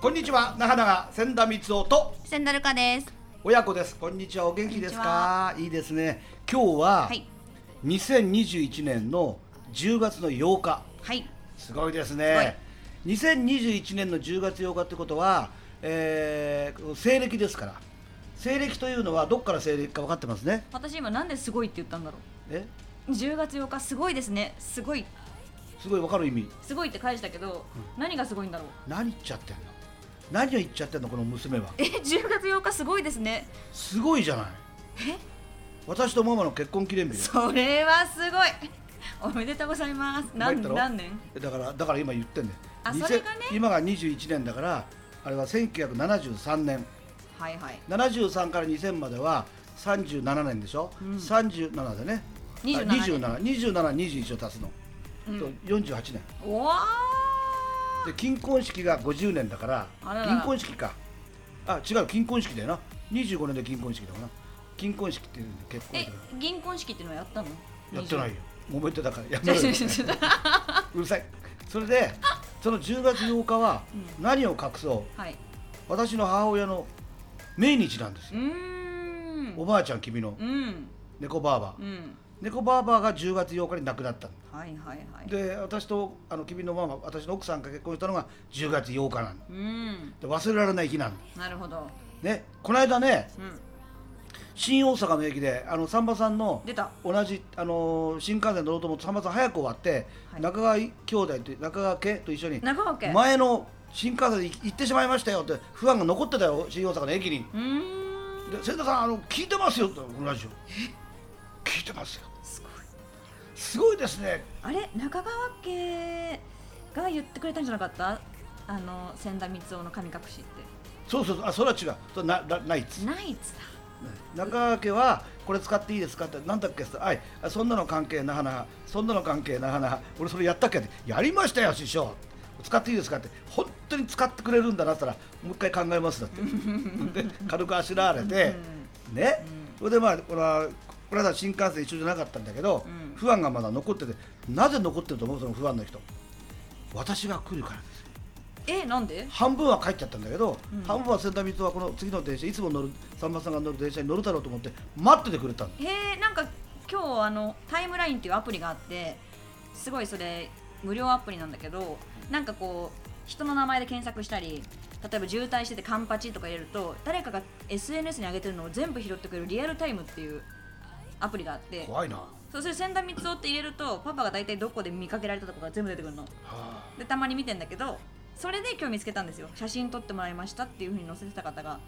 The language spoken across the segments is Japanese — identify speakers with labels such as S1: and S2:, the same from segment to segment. S1: こんにちは那覇長千田光雄と
S2: センダルカです。
S1: 親子ですこんにちはお元気ですかいいですね今日は
S2: はい。
S1: 2021年の10月の8日
S2: はい。
S1: すごいですね2021年の10月8日ってことは、えー西暦ですから西暦というのはどっから西暦か分かってますね
S2: 私今なんですごいって言ったんだろ
S1: え
S2: う。10月8日すごいですね。すごい
S1: すごい分かる意味
S2: すごいって返したけど、何がすごいんだろう。
S1: 何言っちゃってんの何を言っちゃってんのこの娘は
S2: え、10月8日すごいですね。
S1: すごいじゃない私とママの結婚記念日です
S2: それはすごい。おめでとうございます。何
S1: 参ったろ
S2: 何年？
S1: だからだから今言ってんね
S2: あ
S1: 2000
S2: それがね
S1: 今が21年だからあれは1973年
S2: はいはい。
S1: 73から2000までは37年でしょ、
S2: うん
S1: 37でね
S2: 27
S1: あ
S2: 年
S1: 2721を足すの、
S2: うん
S1: と48年
S2: おわ
S1: で金婚式が50年だから
S2: あらら
S1: 金婚式かあ違う金婚式だよな25年で金婚式だもんな金婚式っていうんで結
S2: ー。
S1: 婚
S2: え
S1: だか、
S2: 銀婚式ってのはやったの？
S1: らやってない
S2: 20
S1: よ揉めてたからや
S2: ち
S1: め
S2: ょ
S1: ろ
S2: ち
S1: よ
S2: ょちょちょ
S1: うるさいそれでその10月8日は何を隠そう、
S2: はい。
S1: 私の母親の命日なんです
S2: う
S1: よ、
S2: ーん。
S1: おばあちゃん君の
S2: うん。
S1: 猫ばあば、
S2: うん。
S1: 猫ばあばが10月8日に亡くなったの
S2: はいはいはい。
S1: で私とあの君のママ私の奥さんが結婚したのが10月8日なんだ
S2: うん。
S1: で忘れられない日なんだ
S2: なるほど。
S1: ねこの間ね
S2: うん。
S1: 新大阪の駅であのさんまさんの
S2: 出た。
S1: 同じあの新幹線乗ろうと思ってさんまさん早く終わって、
S2: はい
S1: 中川兄弟と中川家と一緒に
S2: 中川家。
S1: 前の新幹線で行ってしまいましたよって不安が残ってたよ新大阪の駅に。
S2: うーん。
S1: で千田さんあの聞いてますよってこのラジオ聞いてますよ
S2: すごい
S1: すごいですね
S2: あれ中川家が言ってくれたんじゃなかったあの千田光雄の神隠しっ
S1: そうそうそうあそれは違うそれななないっつ
S2: てナイツだ
S1: 中川家はこれ使っていいですかってなんだっけってあいあそんなの関係なはなはそんなの関係なはなは俺それやったっけってやりましたよ師匠使っていいですかって本当に使ってくれるんだなって言ったらもう一回考えますだってで軽くあしらわれてねそれでまあこれはこの間新幹線一緒じゃなかったんだけど、
S2: うん
S1: 不安がまだ残っててなぜ残ってると思うその不安の人私が来るからです
S2: えなんで
S1: 半分は帰っちゃったんだけど、
S2: うん
S1: 半分は千田光雄はこの次の電車いつも乗るさんまさんが乗る電車に乗るだろうと思って待っててくれたの
S2: へえなんか今日あのタイムラインっていうアプリがあってすごいそれ無料アプリなんだけどなんかこう人の名前で検索したり例えば渋滞しててカンパチとか入れると誰かが SNS に上げてるのを全部拾ってくれるリアルタイムっていうアプリがあって
S1: 怖いな、は
S2: そうそれ千田光雄って入れるとパパが大体どこで見かけられたとこが全部出てくるの
S1: あ、
S2: でたまに見てんだけどそれで今日見つけたんですよ写真撮ってもらいましたっていうふうに載せてた方が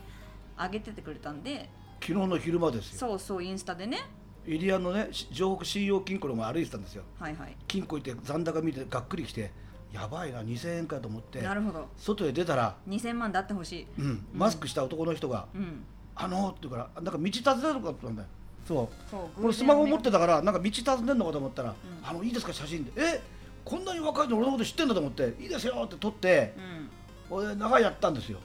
S2: 上げててくれたんで
S1: 昨日の昼間ですよ
S2: そうそうインスタでね
S1: 入谷のねし城北信用金庫の前歩いてたんですよ
S2: はいはい
S1: 金庫行って残高見てがっくりきてやばいな2000円かと思って
S2: なるほど
S1: 外へ出たら、
S2: 2000万であってほしい
S1: うん、マスクした男の人が
S2: うん
S1: 「あの」って言うからなんか道尋ねるのかと思ったんだよそう
S2: そう
S1: これスマホ持ってたからなんか道尋ねるのかと思ったら
S2: ん
S1: 「あのいいですか写真で」えこんなに若いの俺のこと知ってんだと思って「いいですよ」って撮って
S2: うん
S1: 俺長いやったんですよ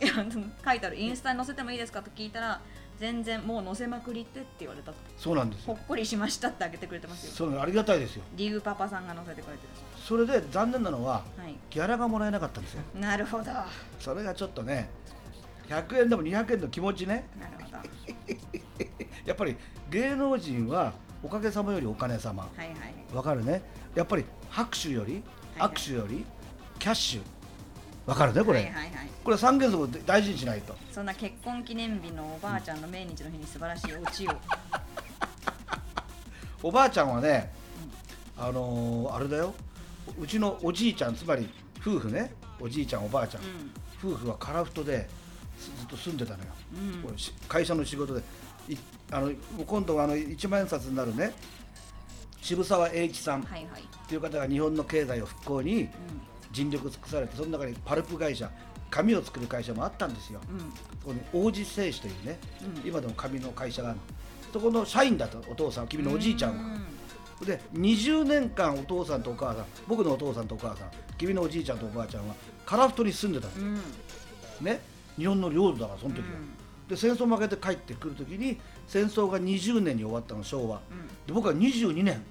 S2: いや書いてあるインスタに載せてもいいですかと聞いたら全然もう載せまくりってって言われたと
S1: そうなんです
S2: ほ
S1: よ
S2: っこりしましたってあげてくれてますよ
S1: そうなのありがたいですよ
S2: リグパパさんが載せてくれて
S1: それで残念なのは
S2: るはい
S1: ギャラがもらえなかったんですよ
S2: なるほどな
S1: それがちょっとね100円でも200円の気持ちね
S2: るほどはい
S1: やっぱり芸能人はおかげさまよりお金様
S2: はい
S1: わかるねやっぱり拍手より
S2: はい
S1: 握手よりキャッシュわかるねこれ、
S2: はいはいはい
S1: これ三原則で大事にしないと
S2: そんな結婚記念日のおばあちゃんの命日の日に素晴らしいオチを
S1: おばあちゃんはねあのーあれだようちのおじいちゃんつまり夫婦ねおじいちゃんおばあちゃん、
S2: う
S1: 夫婦はカラフトですずっと住んでたのよ、
S2: んうん
S1: 俺し会社の仕事でいあの今度はあの一万円札になるね渋沢栄一さんっ
S2: はいはい、
S1: ていう方が日本の経済を復興に
S2: う
S1: 尽力尽くされてその中にパルプ会社紙を作る会社もあったんですよ、
S2: んうん、
S1: そこに王子製紙というね、
S2: うん
S1: 今でも紙の会社があるそこの社員だとお父さん君のおじいちゃんはで20年間お父さんとお母さん僕のお父さんとお母さん君のおじいちゃんとおばあちゃんはカラフトに住んでたの
S2: うん、うん、
S1: ね日本の領土だからその時は、で戦争負けて帰ってくる時に戦争が20年に終わったの昭和
S2: うん
S1: で僕は22年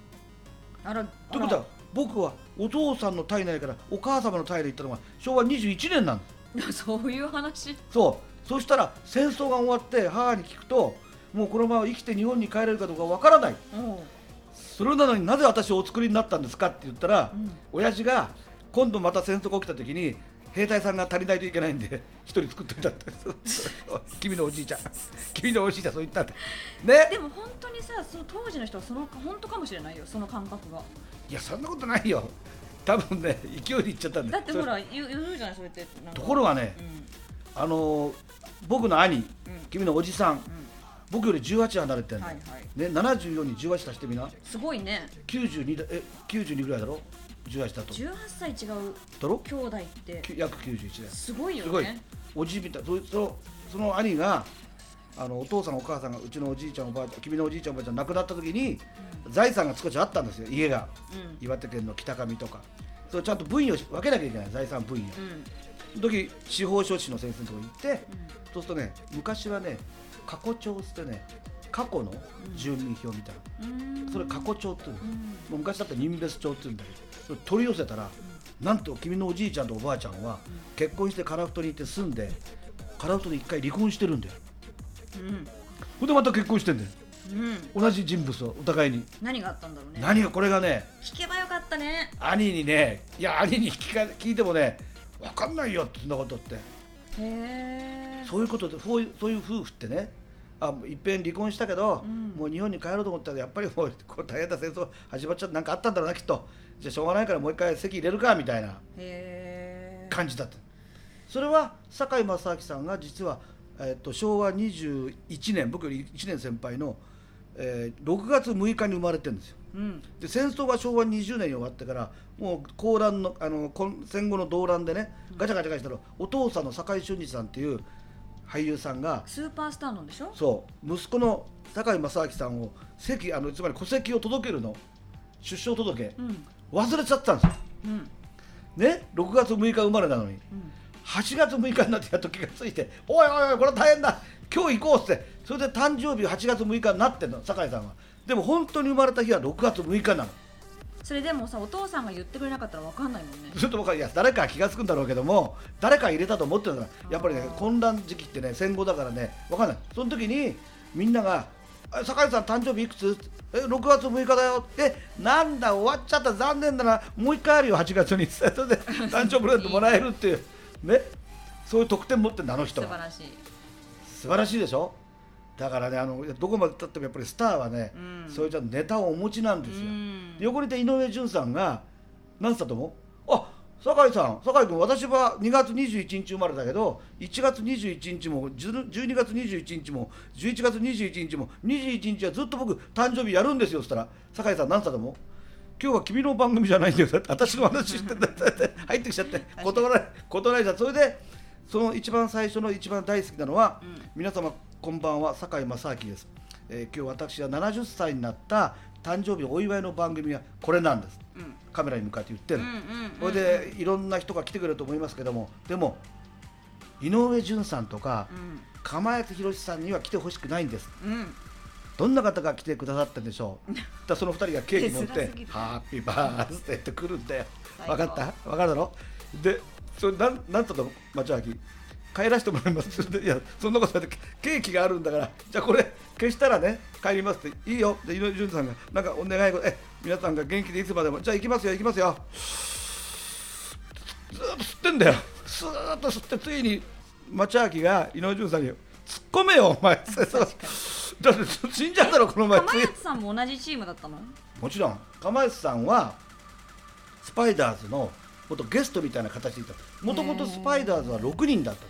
S2: あら、
S1: ということは僕はお父さんの体内からお母様の体内に行ったのが昭和21年なんです
S2: あら そういう話
S1: そうそしたら戦争が終わって母に聞くともうこのまま生きて日本に帰れるかどうかわからない
S2: うん
S1: それなのになぜ私をお作りになったんですかって言ったら、
S2: うん
S1: 親父が今度また戦争が起きた時に兵隊さんが足りないといけないんで一人作っといたって 君のおじいちゃん君のおじいちゃんそう言ったってね
S2: でも本当にさその当時の人はその本当かもしれないよその感覚が
S1: いやそんなことないよ多分ね勢いでいっちゃったんだ
S2: だ
S1: よ
S2: ってほら言う言うじゃないそれってなんか
S1: ところがね
S2: う、ん
S1: あのー僕の兄
S2: うん
S1: 君のおじさん
S2: う
S1: 僕より18離れてる
S2: ん
S1: の、
S2: はいはい
S1: ね、74に18足してみな
S2: すごいね
S1: 92だえ92ぐらいだろ18だと
S2: 18歳違う
S1: だろ
S2: 兄弟って
S1: きゅ約91だよ
S2: すごい
S1: す
S2: よ
S1: ごい
S2: ね
S1: おじいみたいそいつのその兄があのお父さんお母さんがうちのおじいちゃんおばあちゃん君のおじいちゃんおばあちゃん亡くなった時に財産が少しあったんですよ家が
S2: うん
S1: 岩手県の北上とかそれちゃんと分与し分けなきゃいけない財産分与
S2: うん
S1: その時司法書士の先生のとこ行ってそうするとね昔はね過去帳っつってね過去の住民票みたいな、
S2: うんうん
S1: それ過去帳っていうの、
S2: う
S1: も
S2: ん
S1: う昔だったら人別帳っていうんだけどそれ取り寄せたら、なんと君のおじいちゃんとおばあちゃんは結婚して樺太に行って住んで樺太で一回離婚してるんだよ
S2: うん
S1: ほんでまた結婚してんだよ
S2: うん
S1: 同じ人物をお互いに、
S2: 何があったんだろうね
S1: 何がこれがね
S2: 聞けばよかったね
S1: 兄にねいや兄に聞か聞いてもね分かんないよってそんなことって
S2: へえ
S1: そういうことでそういうそういう夫婦ってねあいっぺん離婚したけど、
S2: うん
S1: もう日本に帰ろうと思ったらやっぱりもうこう大変な戦争始まっちゃってなんかあったんだろうなきっとじゃあしょうがないからもう一回席入れるかみたいな
S2: へえ
S1: 感じだったそれは堺正明さんが実は、えっと昭和21年僕より1年先輩の、えー6月6日に生まれてるんですよ
S2: うん
S1: で戦争が昭和20年に終わってからもう高乱のあのこん戦後の動乱でねガチャガチャガチャしたらお父さんの堺俊二さんっていう俳優さんが
S2: スーパースターなんでしょ
S1: そう息子の堺正明さんを籍あのつまり戸籍を届けるの出生届
S2: うん
S1: 忘れちゃったんですよ
S2: うん
S1: ね6月6日生まれなの
S2: う
S1: に
S2: ん
S1: 8月6日になってやっと気がついて「おいおいおいこれ大変だ今日行こう」ってそれで誕生日8月6日になってんの堺さんはでも本当に生まれた日は6月6日なの
S2: それでもさお父さんが言ってくれなかったらわかんないもんね
S1: ずっと僕はいや誰かは気が付くんだろうけども誰か入れたと思ってるからやっぱりね
S2: あー
S1: 混乱時期ってね戦後だからね分かんないその時にみんなが「あ酒井さん誕生日いくつ?」え6月6日だよ」えなんだ終わっちゃった残念だなもう一回あるよ8月に」それで誕生日プレゼントもらえるっていうねそういう特典持ってんだあの人
S2: 素晴
S1: は
S2: らしい
S1: 素晴らしいでしょだからねあのどこまでたってもやっぱりスターはね、
S2: うん
S1: そういうちゃんとネタをお持ちなんですよ、
S2: うん
S1: 横にいた井上潤さんが何つったと思うあ酒井さん酒井君私は2月21日生まれだけど1月21日も10 12月21日も11月21日も21日はずっと僕誕生日やるんですよっつったら酒井さん何つったと思う今日は君の番組じゃないんだよだって私の話してんだよだって入ってきちゃって
S2: かに
S1: 断られ断られちゃうそれでその一番最初の一番大好きなのは、
S2: うん
S1: 皆様こんばんは坂井正明です、えー今日私は70歳になった誕生日お祝いの番組はこれなんです
S2: うん
S1: カメラに向かって言って
S2: う
S1: る、
S2: んうん
S1: これでいろんな人が来てくれると思いますけどもでも井上順さんとか
S2: うん
S1: 釜谷宏さんには来てほしくないんです
S2: うん
S1: どんな方が来てくださったんで しょうだからその2人がケーキ持っ
S2: 手
S1: て
S2: すらすぎ
S1: 「
S2: る
S1: ハッピーバースデー」って来るんだよ
S2: 最
S1: 分
S2: 高
S1: かった分かるだろでそれなんなんとの町明帰らせてもらいますっていやそんなことだってケーキがあるんだからじゃあこれ消したらね帰りますっていいよで井上潤さんがなんかお願い事え皆さんが元気でいつまでもじゃあ行きますよ行きますよずーっと吸ってんだよスーッと吸ってついに町明が井上潤さんに突っ込めよお 前そうそう だって死んじゃったろこの前
S2: 釜谷さんも同じチームだったの
S1: もちろん釜石さんはスパイダーズの元ゲストみたいな形でいたもともとスパイダーズは6人だった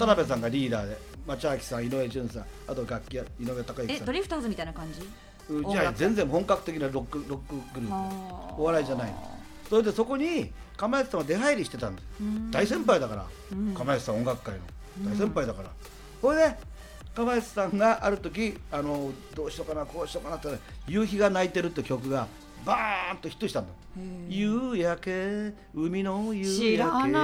S1: 田辺さんがリーダーで町明さん井上潤さんあと楽器屋井上隆
S2: え
S1: 之さ
S2: ド
S1: ん
S2: リフターズみたいな感じ
S1: うんじ
S2: 音
S1: ゃあ
S2: 楽
S1: 全然本格的なロックロックグループ
S2: あー
S1: お笑いじゃないのそれでそこに釜石さんは出入りしてたんです
S2: うん
S1: 大先輩だから、
S2: うん
S1: 釜石さん音楽界の大先輩だから、これで釜石さんがある時あのどうしようかなこうしようかなって、夕日が泣いてる」って曲がバーンとヒットしたんだ
S2: へー
S1: 夕焼け海の夕
S2: 知
S1: 焼
S2: ら
S1: け
S2: な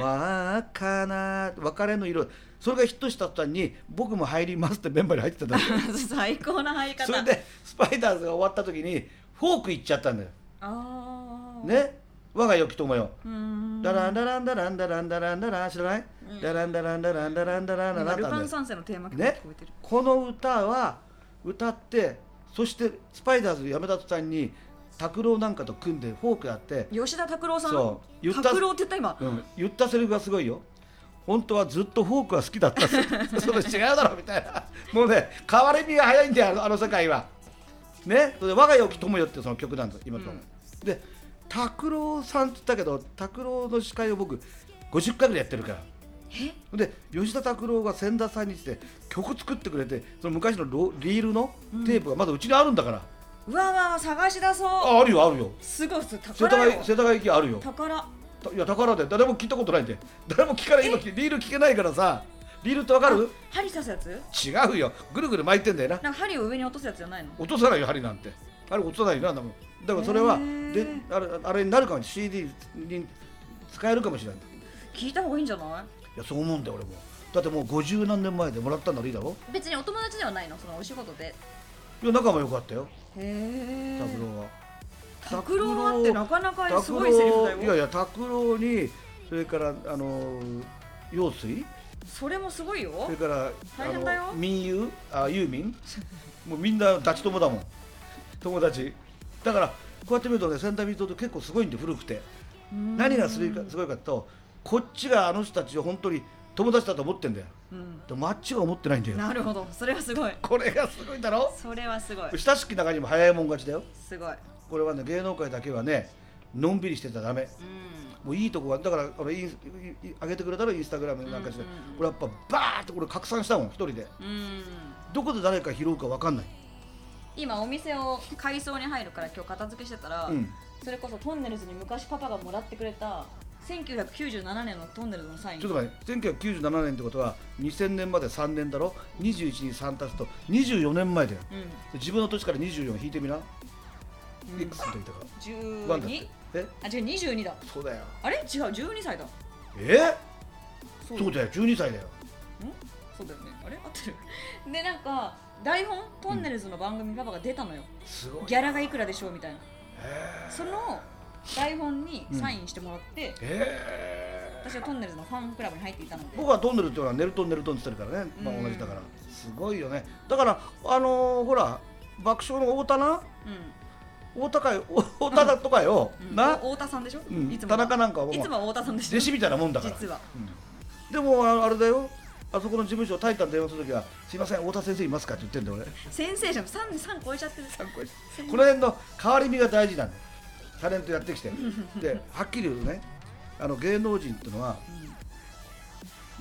S1: 真っ赤な別れの色それがヒットした途端に「僕も入ります」ってメンバーに入ってた んだ
S2: い最高な入り方
S1: それでスパイダーズが終わった時にフォーク行っちゃったんだよ
S2: あー
S1: ね我が良き友よ
S2: うーん
S1: ダランダランダランダランダランダラン知らない
S2: うん
S1: ダランダランダランダランダランダラ
S2: 今
S1: ン
S2: ル
S1: ダ
S2: パ
S1: ラ
S2: ン
S1: ン
S2: 三世のテーマ曲が聞
S1: ね
S2: こえてる、
S1: この歌は歌ってそしてスパイダーズ山里さんに拓郎なんかと組んでフォークやって、
S2: 吉田拓郎さん
S1: そう言った
S2: 拓郎って言った今
S1: うん、言ったセリフがすごいよ本当はずっとフォークは好きだったっすそれ違うだろみたいなもうね変わり身が早いんだよあのあの世界はねそれで「我が良き友よ」ってその曲なんです今と、で拓郎さんって言ったけど拓郎の司会を僕50回ぐらいやってるから
S2: え
S1: で吉田拓郎が千田さんにして曲作ってくれてその昔のロリールのテープがまだうちにあるんだから、
S2: うわうわうわ探し出そう
S1: ああるよあるよ
S2: すごい普通
S1: 世
S2: 宝
S1: 田
S2: よ
S1: 谷世田谷駅あるよ
S2: 宝
S1: たいや宝で誰も聞いたことないんで 誰も聞かない今リール聞けないからさリールってわかる
S2: 針刺すやつ
S1: 違うよぐるぐる巻いてんだよな
S2: なんか針を上に落とすやつじゃないの
S1: 落とさないよ針なんてあれ落とさないよなあんなもんだからそれ
S2: へ
S1: は
S2: ー
S1: であれあれになるかもしれない CD に使えるかもしれない
S2: 聞いた方がいいんじゃない
S1: いやそう思うんだよ俺もだってもう50何年前でもらったんだろいいだろ
S2: 別にお友達ではないのそのお仕事で
S1: いや仲も良かったよ
S2: へえ
S1: 拓郎は。
S2: 拓郎はってなかなかす
S1: 拓
S2: ごいセリフだ
S1: 郎
S2: よ
S1: いやいや拓郎にそれからあの用水
S2: それもすごいよ
S1: それから
S2: 大変だよ
S1: あの民友あユーミ ンもうみんなダチ友だもん友達だからこうやって見るとねセンタービートって結構すごいんで古くて何がすごいかすごいかっていうとこっちがあの人たちを本当に友達だと思ってんだよ
S2: うん
S1: でもあっちが思ってないんだよ
S2: なるほどそれはすごい
S1: これがすごい だろ
S2: それはすごい
S1: 親しき中にも早いもん勝ちだよ
S2: すごい
S1: これはね芸能界だけはねのんびりしてたらダメ
S2: うん
S1: もういいとこはだからあのインスいい上げてくれたらインスタグラムなんかして、
S2: うんうんうん
S1: これやっぱバーってこれ拡散したもん一人で
S2: うん
S1: どこで誰か拾うかわかんない、
S2: 今お店を改装に入るから今日片付けしてたら、
S1: うん
S2: それこそトンネルズに昔パパがもらってくれた1997年のトンネルズのサイン
S1: ちょっと待って1997年ってことは2000年まで3年だろ21に3足すと24年前だよ
S2: うん
S1: 自分の年から24引いてみな、
S2: うん
S1: X の時だから1だって
S2: 12
S1: え
S2: あ違う22だ
S1: そうだよ
S2: あれ違う12歳だ
S1: え
S2: そう
S1: そうだよ12歳だよ
S2: そうだよねあれ合ってるでなんか台本トンネルズの番組パパが出たのよ、
S1: すごい
S2: ギャラがいくらでしょうみたいな
S1: え
S2: その台本にサインしてもらって、
S1: ーえー
S2: 私はトンネルズのファンクラブに入っていたので
S1: 僕はトンネルっていうのはネルトンネルトンって言ってるからね、ま
S2: う
S1: あ、
S2: ん
S1: 同じだからすごいよねだからあのーほら爆笑の太田な
S2: うん
S1: 大高いお大田だとかよ、
S2: うん、
S1: な、
S2: お太田さんでしょ、
S1: うん
S2: いつも
S1: 田中なんかはもう
S2: いつもは太田さんでしょ
S1: 弟子みたいなもんだから
S2: 実は
S1: うんでもああれだよあそこの事務所タイタン電話するときは「すいません太田先生いますか?」って言ってんだよ俺
S2: センセーション3三超えちゃってる
S1: 参考にこの辺の変わり身が大事なのタレントやってきてではっきり言うとねあの芸能人っていうのは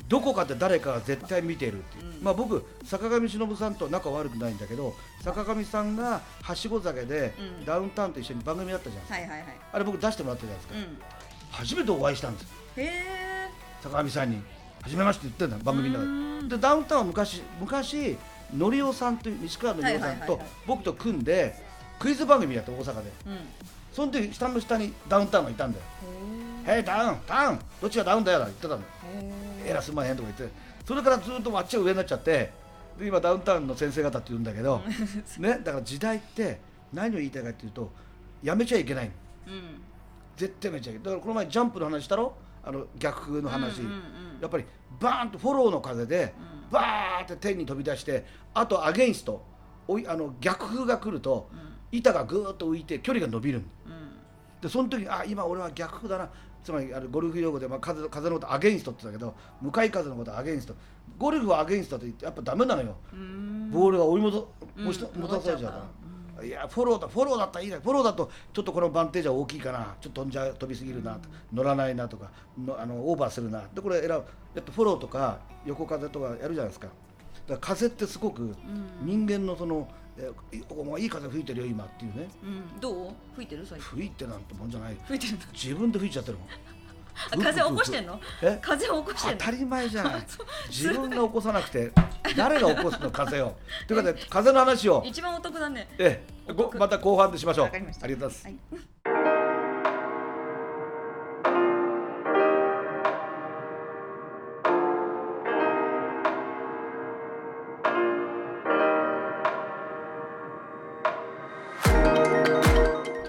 S1: どこかで誰かが絶対見ているっていう、
S2: うん
S1: まあ僕坂上忍さんと仲悪くないんだけど坂上さんがはしご酒で
S2: うん
S1: ダウンタウンと一緒に番組やったじゃん、
S2: はいはいはい
S1: あれ僕出してもらったじゃないです
S2: う
S1: か、
S2: ん
S1: 初めてお会いしたんですよ
S2: へえ
S1: 坂上さんに「初めまして」って言ってんだ番組の
S2: う
S1: 中
S2: ーん
S1: ででダウンタウンは昔昔のりおさんという西川のりおさん
S2: はいはいはい
S1: と
S2: はい
S1: 僕と組んでクイズ番組やって大阪で
S2: うんへ
S1: その時下の下にダウンタウンがいたんだよ「へいダウンタウンどっちがダウンだよ」なんて言ってたの
S2: え
S1: えらすまへんとか言ってそれからずっとあっちが上になっちゃってで今ダウンタウンの先生方って言うんだけど、ね、だから時代って何を言いたいかっていうとやめちゃいけないの
S2: うん
S1: 絶対やめちゃいけないだからこの前ジャンプの話したろあの逆風の話、
S2: うんうんうん
S1: やっぱりバーンとフォローの風で
S2: う
S1: バーって天に飛び出してあとアゲインストおいあの逆風が来ると
S2: うん
S1: 板がぐーっと浮いて距離が伸びるの
S2: うん
S1: でその時にあ今俺は逆風だなつまりあのゴルフ用語で、まあ、風風のことアゲインストって言ったけど向かい風のことアゲインストゴルフはアゲインストって言ってやっぱダメなのよ
S2: うーん
S1: ボールが追い戻
S2: うん
S1: 持ちた持たされち
S2: 戻っちゃ
S1: ゃう
S2: うか
S1: から、いやフォローだフォローだったらいいなフォローだとちょっとこのバンテージは大きいかなちょっと飛んじゃう飛びすぎるなと、乗らないなとかのあのオーバーするなでこれ選ぶやっぱフォローとか横風とかやるじゃないですかだから風ってすごく人間のその、えいお前いい風吹いてるよ今っていうね
S2: うんどう吹いてるそれ
S1: 吹いてなんてもんじゃない
S2: 吹いてるの
S1: 自分で吹いちゃってるもん
S2: あ風起こしてんの
S1: え
S2: 風起こして
S1: 当
S2: んの
S1: たり前じゃない自分が起こさなくて誰が起こすの風をということで風の話を
S2: 一番お得だね
S1: ええ、ごまた後半でしましょう。
S2: わかりました
S1: ありがとうございます。
S2: はい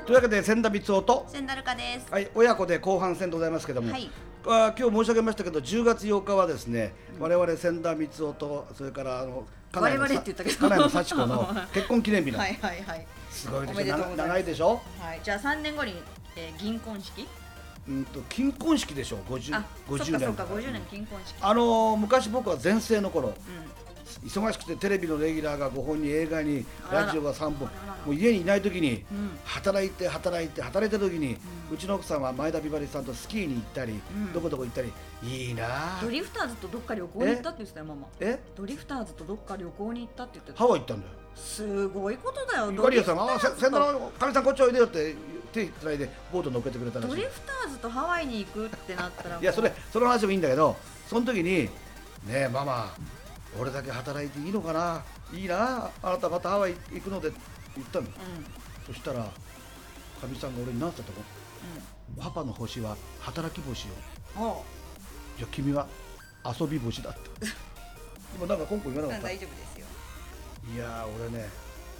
S1: というわけで千田光雄と、
S2: センダルカです。
S1: はい、親子で後半戦でございますけども、
S2: はい
S1: あー今日申し上げましたけど10月8日はですね、我々千田光雄とそれからあのの
S2: 我々
S1: さ
S2: って言ったけど
S1: 家内の幸子の結婚記念日 の、
S2: はいはいはい。
S1: すごいで
S2: お
S1: しょ
S2: めでとうございます
S1: 長いでしょ
S2: はい、じゃあ3年後に、えー銀婚式
S1: うんと金婚式でしょ50
S2: あ、そっか
S1: 50
S2: そ
S1: 年
S2: っか、50年銀婚式。
S1: あのー昔僕は全盛の頃
S2: う
S1: 忙しくてテレビのレギュラーが5本に映画に
S2: あらら
S1: ラジオが3本
S2: あらら
S1: もう家にいない時に
S2: ん。うん。
S1: 働いて働いて働いてる時に、う
S2: うん
S1: ちの奥さんは前田美晴さんとスキーに行ったり、
S2: うん
S1: どこどこ行ったりいいなあ
S2: ドリフターズとどっか旅行に行ったって言ってたよ、ママ。
S1: え
S2: ドリフターズとどっか旅行に行ったって言ってた。
S1: ハワイ行ったんだよ
S2: すごいことだよ。
S1: ゆかりやさんが「あ
S2: ドリ
S1: せ
S2: フターズ
S1: せんだ
S2: と
S1: らかみさんこっちおいでよ」って手つないでボート乗っけてくれたらし
S2: ド
S1: い
S2: リフターズとハワイに行くってなったら
S1: いやそれその話もいいんだけどその時に「ねえママ俺だけ働いていいのかないいなあなたまたハワイ行くので」って言ったの
S2: うんうん
S1: そしたらかみさんが俺に何て言ったと思うパパの星は働き星よ
S2: も
S1: じゃあ君は遊び星だ」って 今なんかコンコン言わ
S2: う
S1: なか
S2: 大
S1: った
S2: 丈
S1: い
S2: 夫ですよ
S1: やー俺ね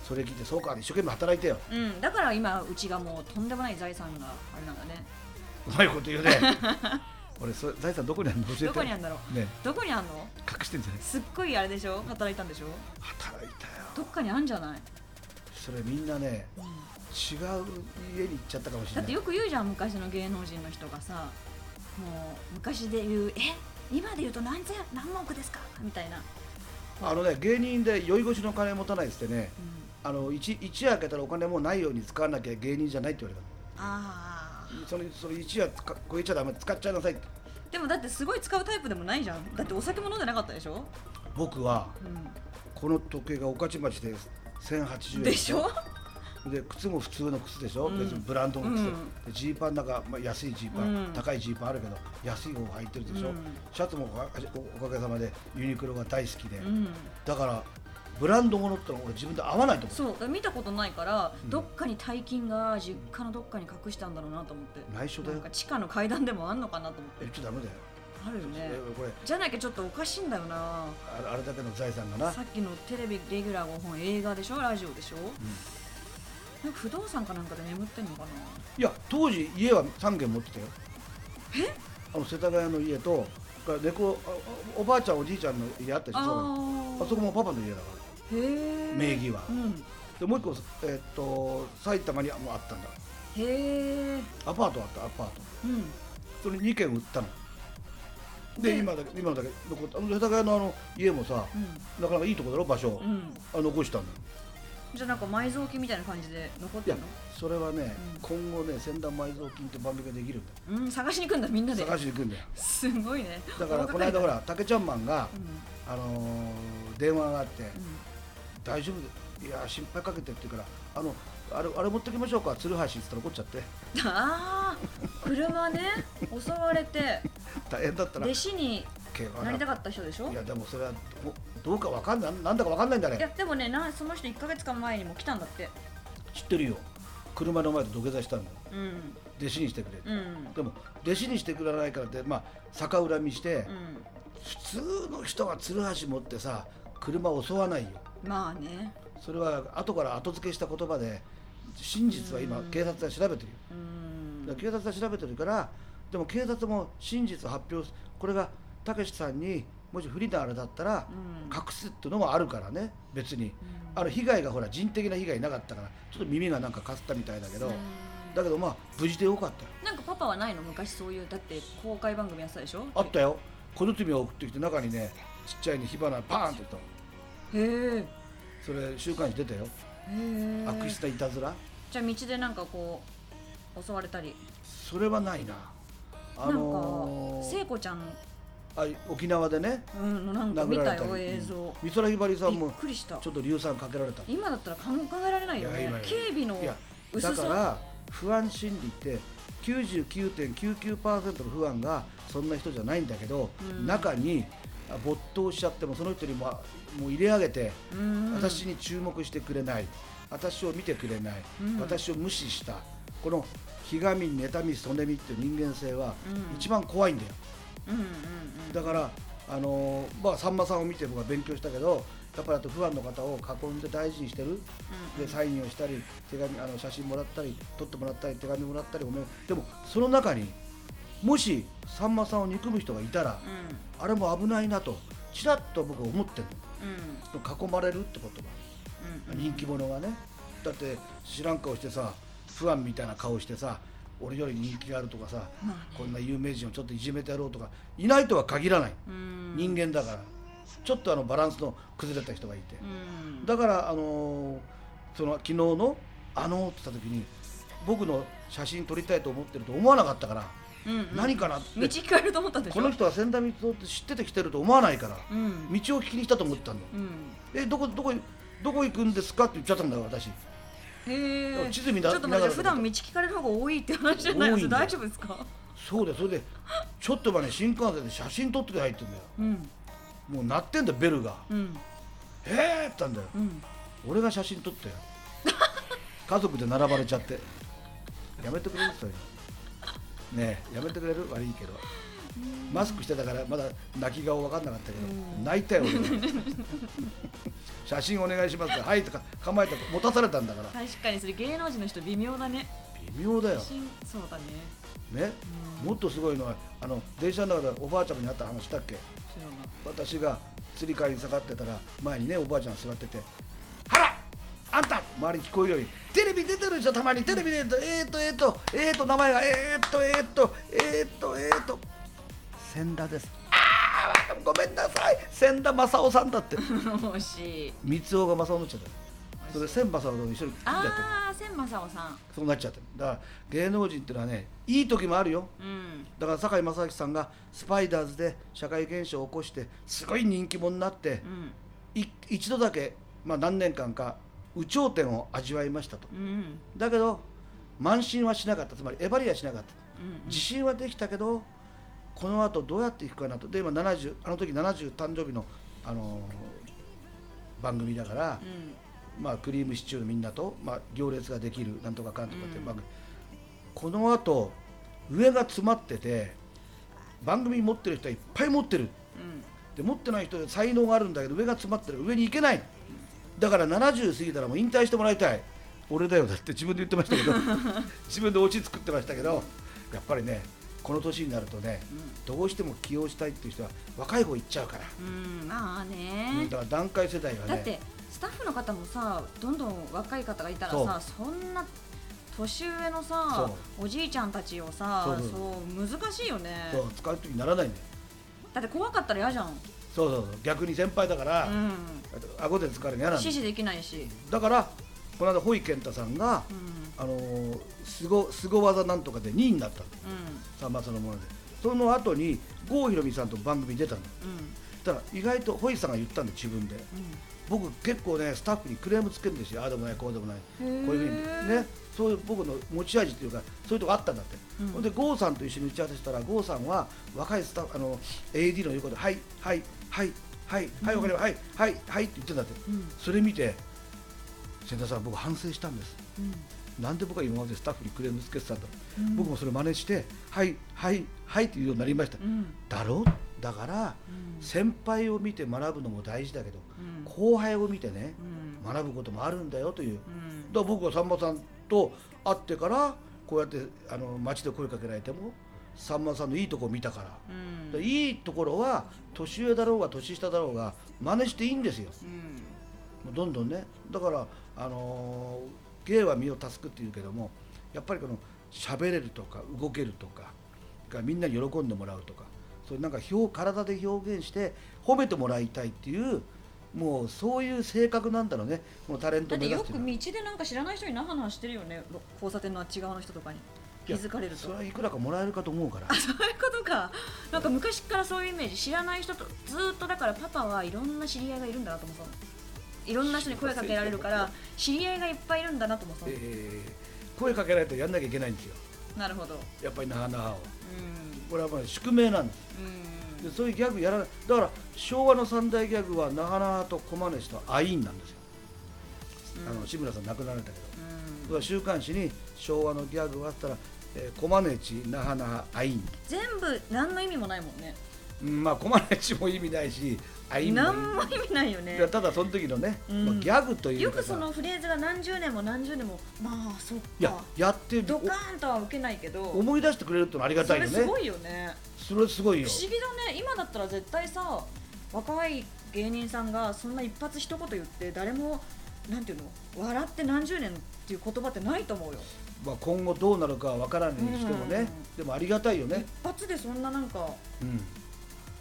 S1: それ聞いてそうか一生懸命働いてよ
S2: うんだから今うちがもうとんでもない財産があれなんだね
S1: うまいこ と言うね俺それ財産どこにあるの教えて
S2: どこにあるんだろう
S1: ね
S2: どこにあんの
S1: 隠してんじゃない
S2: すっごいあれでしょ働いたんでしょ
S1: 働いたよ
S2: どっかにあんじゃない、
S1: それみんなね違う家に行っちゃったかもし
S2: だ
S1: れ
S2: っ
S1: な
S2: て
S1: い
S2: よく言うじゃん昔の芸能人の人がさもう昔で言うえ今で言うと何千何万億ですかみたいな、
S1: あのね芸人で酔い腰の金持たないっつってね
S2: うん、
S1: あの一一夜明けたらお金もうないように使わなきゃ芸人じゃないって言われ
S2: あー
S1: たそのその一夜つか超えちゃダメ使っちゃいなさいって
S2: でもだってすごい使うタイプでもないじゃんだってお酒も飲んでなかったでしょ、
S1: 僕は
S2: う
S1: この時計が御徒町で1080
S2: ん、
S1: 円
S2: でしょ
S1: で靴も普通の靴でしょ、
S2: うん
S1: 別にブランドの靴、
S2: うん
S1: でジーパンなんか、まあ、安いジーパン、
S2: うん
S1: 高いジーパンあるけど安い方履いてるでしょ、
S2: うん
S1: シャツもおかおおかげさまでユニクロが大好きで、
S2: うん
S1: だからブランドものってのは俺自分で合わないと思う
S2: そうだから見たことないから、
S1: うん
S2: どっかに大金が実家のどっかに隠したんだろうなと思って
S1: 内緒だ
S2: なん
S1: よ
S2: か地下の階段でもあんのかなと思って
S1: 言っちゃダメだよ、
S2: あるよね
S1: えこれ
S2: じゃなきゃちょっとおかしいんだよな
S1: あれあれだけの財産がな
S2: さっきのテレビレギュラー5本映画でしょラジオでしょ、なんか不動産かなんかで眠ってんのかない
S1: や当時家は3軒持ってたよあの世田谷の家とそれから猫あおおばあちゃんおじいちゃんの家あったでしょあ
S2: あー
S1: そこもパパの家だから
S2: へえ
S1: 名義は
S2: うん
S1: でもう一個、えーっと埼玉にもあったんだ
S2: へえ
S1: アパートあったアパート
S2: うん
S1: それ2軒売ったの
S2: で
S1: で今だけ今だけ残ったあの世田谷のあの家もさなかなかいいとこだろ場所、
S2: うんうん
S1: あ残したの
S2: じゃあなんか埋蔵金みたいな感じで残っ
S1: い
S2: て
S1: や
S2: るの
S1: それはね、
S2: うん
S1: 今後ね千段埋蔵金って番組ができるんだ
S2: うん探しに行くんだみんな
S1: よ
S2: で
S1: 探しに行くんだよ
S2: すごいね
S1: だからこの間ほら竹ちゃんマンが
S2: う、ん
S1: あのー電話があって
S2: うん
S1: 「大丈夫いや心配かけて」って言うから「あのあれあれ持ってきましょうか鶴橋」っつったら怒っちゃって
S2: ああ車ね襲われて
S1: 大変だったら
S2: 弟子に
S1: 怪
S2: なりたか
S1: 我が
S2: った人でしょ
S1: い
S2: い
S1: や
S2: や
S1: でもそれはどどうかわかんないなんだかわかんないんだね
S2: でもねなその人1か月間前にも来たんだって
S1: 知ってるよ車の前で土下座したんだよ
S2: うん
S1: 弟子にしてくれって、
S2: うん
S1: でも弟子にしてくれないからってまあ逆恨みして、
S2: うん
S1: 普通の人が鶴橋持ってさ車襲わないよ
S2: まあね
S1: それは後から後付けした言葉で真実は今
S2: うん
S1: 警察が調べてるよ
S2: う
S1: だ
S2: ん
S1: から警察が調べてるからでも警察も真実を発表すこれがたけしさんにもし不利なあれだったら
S2: うん
S1: 隠すっていうのもあるからね別にあの被害がほら人的な被害なかったからちょっと耳がなんかかすったみたいだけどだけどまあ無事でよかったよ
S2: なんかパパはないの昔そういうだって公開番組やってたでしょ
S1: あったよ小包を送ってきて中にねちっちゃいに火花パーンっていったの
S2: へえへ
S1: それ週刊誌出たよ
S2: え
S1: 悪質ないたずら
S2: じゃあ道でなんかこう襲われたり
S1: それはないなあ
S2: なん
S1: の
S2: か
S1: ー
S2: 聖子ちゃん
S1: あ沖縄でね
S2: うんのなんか見
S1: 殴ら
S2: た
S1: れたり
S2: よ映像
S1: 美空ひばりさん
S2: びっ
S1: も
S2: くりした
S1: ちょっと硫酸かけられた
S2: 今だったら考えられないよ
S1: いや
S2: ね
S1: 今よ
S2: 警備の
S1: いや
S2: 薄
S1: だ
S2: さ
S1: から不安心理って99.99%の不安がそんな人じゃないんだけど、
S2: うん
S1: 中にあ没頭しちゃってもその人にもあもう入れ上げて、
S2: うん
S1: 私に注目してくれない私を見てくれない、
S2: うん
S1: 私を無視したこのひがみ妬みそねみっていう人間性は
S2: うん
S1: 一番怖いんだよ、
S2: うんうんうん
S1: だからあのまあ、さんまさんを見て僕は勉強したけどやっぱりあとファンの方を囲んで大事にしてるでサインをしたり手紙あの写真もらったり撮ってもらったり手紙もらったりおめでもその中にもしさんまさんを憎む人がいたら
S2: う
S1: あれも危ないなとちらっと僕は思ってる
S2: んうん
S1: の囲まれるってことが
S2: うんうん
S1: 人気者がねだって知らん顔してさ不安みたいな顔してさ俺より人気があるとかさ
S2: まあね
S1: こんな有名人をちょっといじめてやろうとかいないとは限らない
S2: うん
S1: 人間だからちょっとあのバランスの崩れた人がいて
S2: うん
S1: だからあのーその昨日の「あのー」って言った時に僕の写真撮りたいと思ってると思わなかったから
S2: うんうん
S1: 何かなっ
S2: 道
S1: て
S2: 聞かれると思ったんでしょ
S1: この人は千田光男って知ってて来てると思わないから
S2: うん
S1: 道を聞きに来たと思ったの
S2: うん
S1: えどこどこどこ行くんですかって言っちゃったんだよ私
S2: へえ
S1: 地図見な
S2: ちょっと待って
S1: ながらだけど
S2: 普段道聞かれる方が多いって話じゃない
S1: 多
S2: で
S1: いんだよ
S2: 大丈夫ですか
S1: そうだよそれでちょっと前に新幹線で写真撮ってくれ入ってんだよ
S2: うん
S1: もう鳴ってんだよベルが
S2: うん
S1: 「えー!」って言ったんだよ
S2: うん
S1: 俺が写真 撮ったよ家族で並ばれちゃってやめてくれるそれねえやめてくれる悪いけどマスクしてたからまだ泣き顔分かんなかったけ
S2: う
S1: ど
S2: ん
S1: 泣いたよ俺 は写真お願いしますはいとか構えて持たされたんだから
S2: 確かにそれ芸能人の人微妙だね
S1: 微妙だよ
S2: 写真そうだね
S1: ね
S2: うん
S1: もっとすごいのはあの電車の中でおばあちゃんに会った話したっけ
S2: 知らない
S1: 私が釣り替えに下がってたら前にねおばあちゃん座ってて「あらあんた!」周りに聞こえるように「テレビ出てるでしょたまにテレビでえーとえーとえーとえーと名前がえーとえーとえーとえーと千田です」あーごめんなさい千田正夫さんだって
S2: 惜しい
S1: 三尾が正夫になっちゃったそれで千正夫と一緒に来ちゃって
S2: ああ千正夫さん
S1: そうなっちゃってだから芸能人ってのはねいい時もあるよ
S2: うん
S1: だから堺正明さんがスパイダーズで社会現象を起こしてすごい人気者になって、
S2: うん
S1: い一度だけ、まあ、何年間か有頂天を味わいましたと
S2: うんうん
S1: だけど慢心はしなかったつまりえばりはしなかった
S2: うん
S1: 自信はできたけどこの後どうやっていくかなとで今70あの時70誕生日の、あのー番組だから、まあ、クリームシチューのみんなと、まあ、行列ができるなんとかかんとかっていう番組、この後上が詰まってて番組持ってる人はいっぱい持ってる
S2: うん
S1: で持ってない人で才能があるんだけど上が詰まってる上に行けないだから70過ぎたらもう引退してもらいたい俺だよだって自分で言って ましたけど自分でオチ作ってましたけどやっぱりねこの年になるとねどうしても起用したいっていう人は若い方行っちゃうから、
S2: うんうんまあ
S1: うん
S2: ね
S1: だから段階世代はね
S2: だってスタッフの方もさどんどん若い方がいたらさそんな年上のさおじいちゃんたちをさ
S1: そ
S2: そ
S1: う
S2: う難しいよね
S1: そう使う時にならないんだよ
S2: だって怖かったら嫌じゃん
S1: そうそうそう逆に先輩だから、
S2: うん
S1: 顎で疲れるの嫌なんだ
S2: 指
S1: よ
S2: 示できないし
S1: だからこの間ほいけんたさんが、
S2: うん
S1: あのーすごすご技なんとかで2位になったの
S2: う
S1: さんまさんのものでその後に郷ひろみさんと番組に出たの
S2: んうん
S1: たら意外とホイさんが言ったんで自分で僕結構ねスタッフにクレームつけるんですよああでもないこうでもないこ
S2: へ
S1: う
S2: ー
S1: いうふうにねそういう僕の持ち味っていうかそういうとこあったんだって、
S2: うん
S1: ほんで郷さんと一緒に打ち合わせしたら郷さんは若いスタッフあの AD の言うことはいはいはいはいはいわかりますはいはいはいって言ってたんだって
S2: うん
S1: それ見て千田さん僕反省したんです
S2: うん
S1: なんで僕は今までスタッフにクレームつけてたんだろう、
S2: うん
S1: 僕もそれ真似して「はいはいはい」って言うようになりました、
S2: うん
S1: だろだから、
S2: うん
S1: 先輩を見て学ぶのも大事だけど、
S2: うん
S1: 後輩を見てね
S2: う、ん
S1: 学ぶこともあるんだよという、
S2: う
S1: だか
S2: ん
S1: ら僕はさんまさんと会ってからこうやってあの街で声かけられてもさんまさんのいいとこを見たから,、
S2: うん
S1: いいところは年上だろうが年下だろうが真似していいんですよ
S2: うん
S1: もうどんどんねだから、あのー芸は身を助くっていうけどもやっぱりこの喋れるとか動けるとかがみんなに喜んでもらうとかそういうなんか表体で表現して褒めてもらいたいっていうもうそういう性格なんだろうねこのタレン
S2: だ
S1: トを
S2: っ
S1: 目
S2: てよ
S1: 指すって
S2: く
S1: いうのは
S2: 道でなんか知らない人になはなはしてるよねろ交差点のあっち側の人とかに気づかれる
S1: いやそ
S2: と
S1: れはいくらかもらえるかと思うか ら
S2: あそういうことかなんか昔からそういうイメージ知らない人とずーっとだからパパはいろんな知り合いがいるんだなと思ってたのいろんな人に声かけられるから知り合いがいっぱいいるんだなと思ってたの
S1: えー声かけられてやんなきゃいけないんですよ
S2: なるほどうん
S1: やっぱりなはなはをこれはまあ宿命なんですでそういうギャグやらないだから昭和の三大ギャグはなかなかと小金氏とアイーンなんですよ、
S2: うん
S1: あの志村さん亡くなられたけど、
S2: うん
S1: だから週刊誌に昭和のギャグがあったら、えー、コマネチ、なはなは、アイーン
S2: 全部何の意味もないもんね
S1: うんまあコマネチも意味ないしあ意味ない
S2: 何も意味ないよ
S1: い
S2: ね
S1: やただその時のね、
S2: うん
S1: まあギャグという
S2: よ
S1: か
S2: く
S1: さ
S2: そのフレーズが何十年も何十年もまあそっ
S1: いや
S2: か
S1: やって
S2: ドカーンとは受けないけ
S1: お
S2: ど
S1: 思い出してくれるってのはありが
S2: そ
S1: たい
S2: れ
S1: よ
S2: す
S1: ね
S2: ごいよね
S1: それすごいよ
S2: 不思議だね今だったら絶対さ若い芸人さんがそんな一発一言言って誰もなんていうの笑って何十年っていう言葉ってないと思うよ、
S1: まあ、今後どうなるかは分からないにしてもね、
S2: うん
S1: でもありがたいよね、
S2: 一発でそんななんか
S1: うん、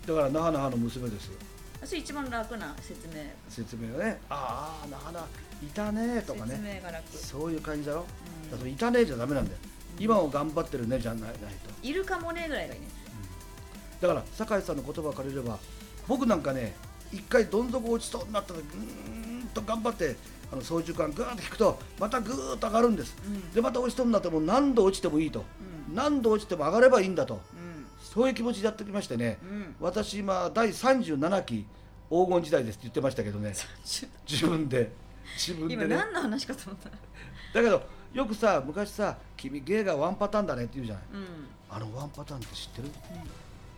S1: だから那覇那覇の娘ですよ
S2: 私一番楽な説明
S1: 説明はねああ那覇那覇いたねとか
S2: 説
S1: ね
S2: 明が楽、
S1: そういう感じだろ、
S2: うん
S1: だからそのいたねじゃダメなんだよ今を頑張ってるねじゃないないと
S2: いるかもねぐらいがいいね
S1: だから酒井さんの言葉を借りれば僕なんかね一回どん底落ちそうになった時ぐーんと頑張ってあの操縦桿ぐーっと引くとまたぐーっと上がるんです、
S2: うん
S1: でまた落ちそうになっても何度落ちてもいいと、何度落ちても上がればいいんだとそういう気持ちでやってきましてね、
S2: うんうん
S1: 私今第37期黄金時代ですって言ってましたけどね
S2: ちょ
S1: 自分で自分
S2: 今
S1: でね
S2: 何の話かと思った
S1: だけどよくさ昔さ「君芸がワンパターンだね」って言うじゃない
S2: うん、
S1: あのワンパターンって知ってる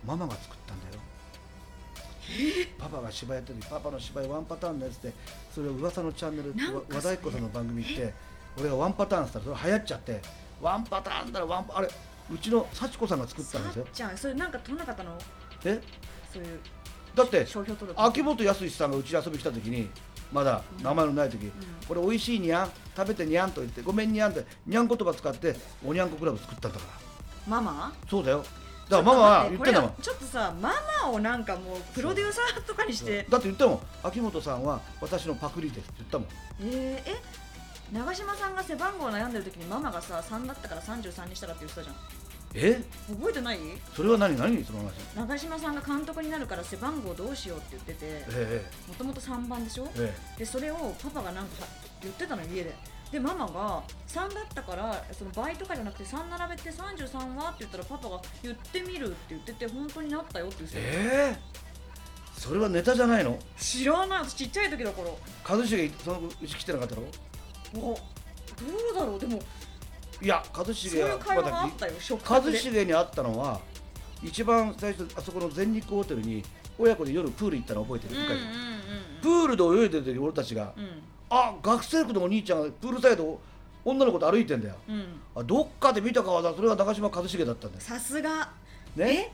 S1: ママが作ったんだよパパが芝居やってる時パパの芝居ワンパターンのやつでそれを噂のチャンネル
S2: なんか
S1: わ
S2: それ
S1: 和田彦さんの番組行って俺がワンパターンって言ったらそれ流行っちゃってワンパターンだらワンパあれうちの幸子さんが作った
S2: さ
S1: んですよ
S2: っちゃんそれなんか取らなかったの
S1: え
S2: そういう
S1: だって
S2: 商標取る
S1: 秋元康さんがうちに遊びに来た時にまだ名前のない時、これ美味しいにゃん食べてにゃんと言ってごめんにゃんってにゃん言葉使っておにゃんこクラブ作ったんだから
S2: ママ
S1: そうだよだからママは
S2: ちょと
S1: 言っ
S2: 待
S1: て
S2: て
S1: た
S2: こ
S1: も
S2: れ
S1: ん
S2: ちょっとさママをなんかもうプロデューサーとかにして
S1: だって言ったもん秋元さんは私のパクリですって言ったもん
S2: えー、え長嶋さんが背番号悩んでる時にママがさ3だったから33にしたらって言ってたじゃ
S1: え
S2: ん覚えてない
S1: それは何何その話
S2: 長嶋さんが監督になるから背番号どうしようって言ってて
S1: え
S2: もともと3番でしょ
S1: ええ
S2: でそれをパパがなんかは言ってたの家ででママが3だったからその倍とかじゃなくて3並べて33はって言ったらパパが言ってみるって言ってて本当になったよって言っ
S1: え
S2: てたよ
S1: ええそれはネタじゃないの
S2: 知らない私ちっちゃい時だから
S1: 一茂そのうち来てなかったろ
S2: おどうだろうでも
S1: いや一
S2: そう
S1: 茂
S2: いう
S1: は
S2: 会話があったよ食卓
S1: 一
S2: で
S1: 茂に会ったのは一番最初あそこの全日空ホテルに親子で夜プール行ったの覚えて
S2: う
S1: る、
S2: んうんうん
S1: 昔プールで泳いでる時俺たちが、あ学生服のお兄ちゃんがプールサイド女の子と歩いてんだよ
S2: うんうん
S1: あどっかで見た顔だそれが長嶋一茂だったんだよ
S2: さすが
S1: ね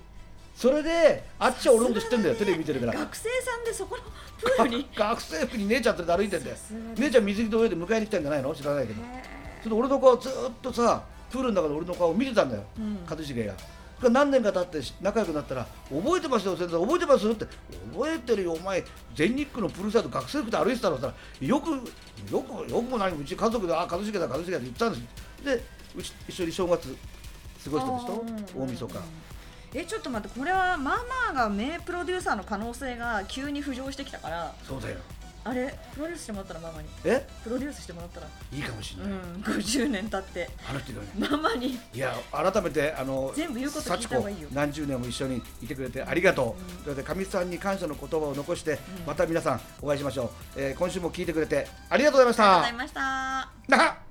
S1: それであっちは俺のこと知ってんだよテレビ見てるから
S2: 学生さんでそこのプールに
S1: 学生服に姉ちゃん連れて歩いてんだよ
S2: さすがだ
S1: 姉ちゃん水着で泳いで迎えに来たんじゃないの知らないけど
S2: へ
S1: それで俺の顔ずーっとさプールの中で俺の顔を見てたんだよ、
S2: うん
S1: 一茂が。それから何年か経って仲良くなったら「覚えてますよ先生覚えてます?」って「覚えてるよお前全日空のプールサイド学生服で歩いてたの」って言ったらよくよくよくもないうち家族で「あ一茂だ一茂だ」って言ったんですでうち一緒に正月過ごしてるでし
S2: あー
S1: ょ大晦日
S2: えちょっと待ってこれはママが名プロデューサーの可能性が急に浮上してきたから
S1: そうだよ
S2: あれプロデュースしてもらったらママに
S1: え
S2: プロデュースしてもらったら
S1: いいかもしれ
S2: う
S1: ない、
S2: ん50年経って
S1: 話してくれ
S2: ママに
S1: いや改めてあの
S2: 全部言うこと聞いた方がいいよ
S1: 幸子何十年も一緒にいてくれてありがと
S2: うん
S1: う、それでかみさんに感謝の言葉を残して、
S2: うん
S1: また皆さんお会いしましょう、えー今週も聞いてくれてありがとうございまし
S2: ありがとうござ
S1: た
S2: いました
S1: なっ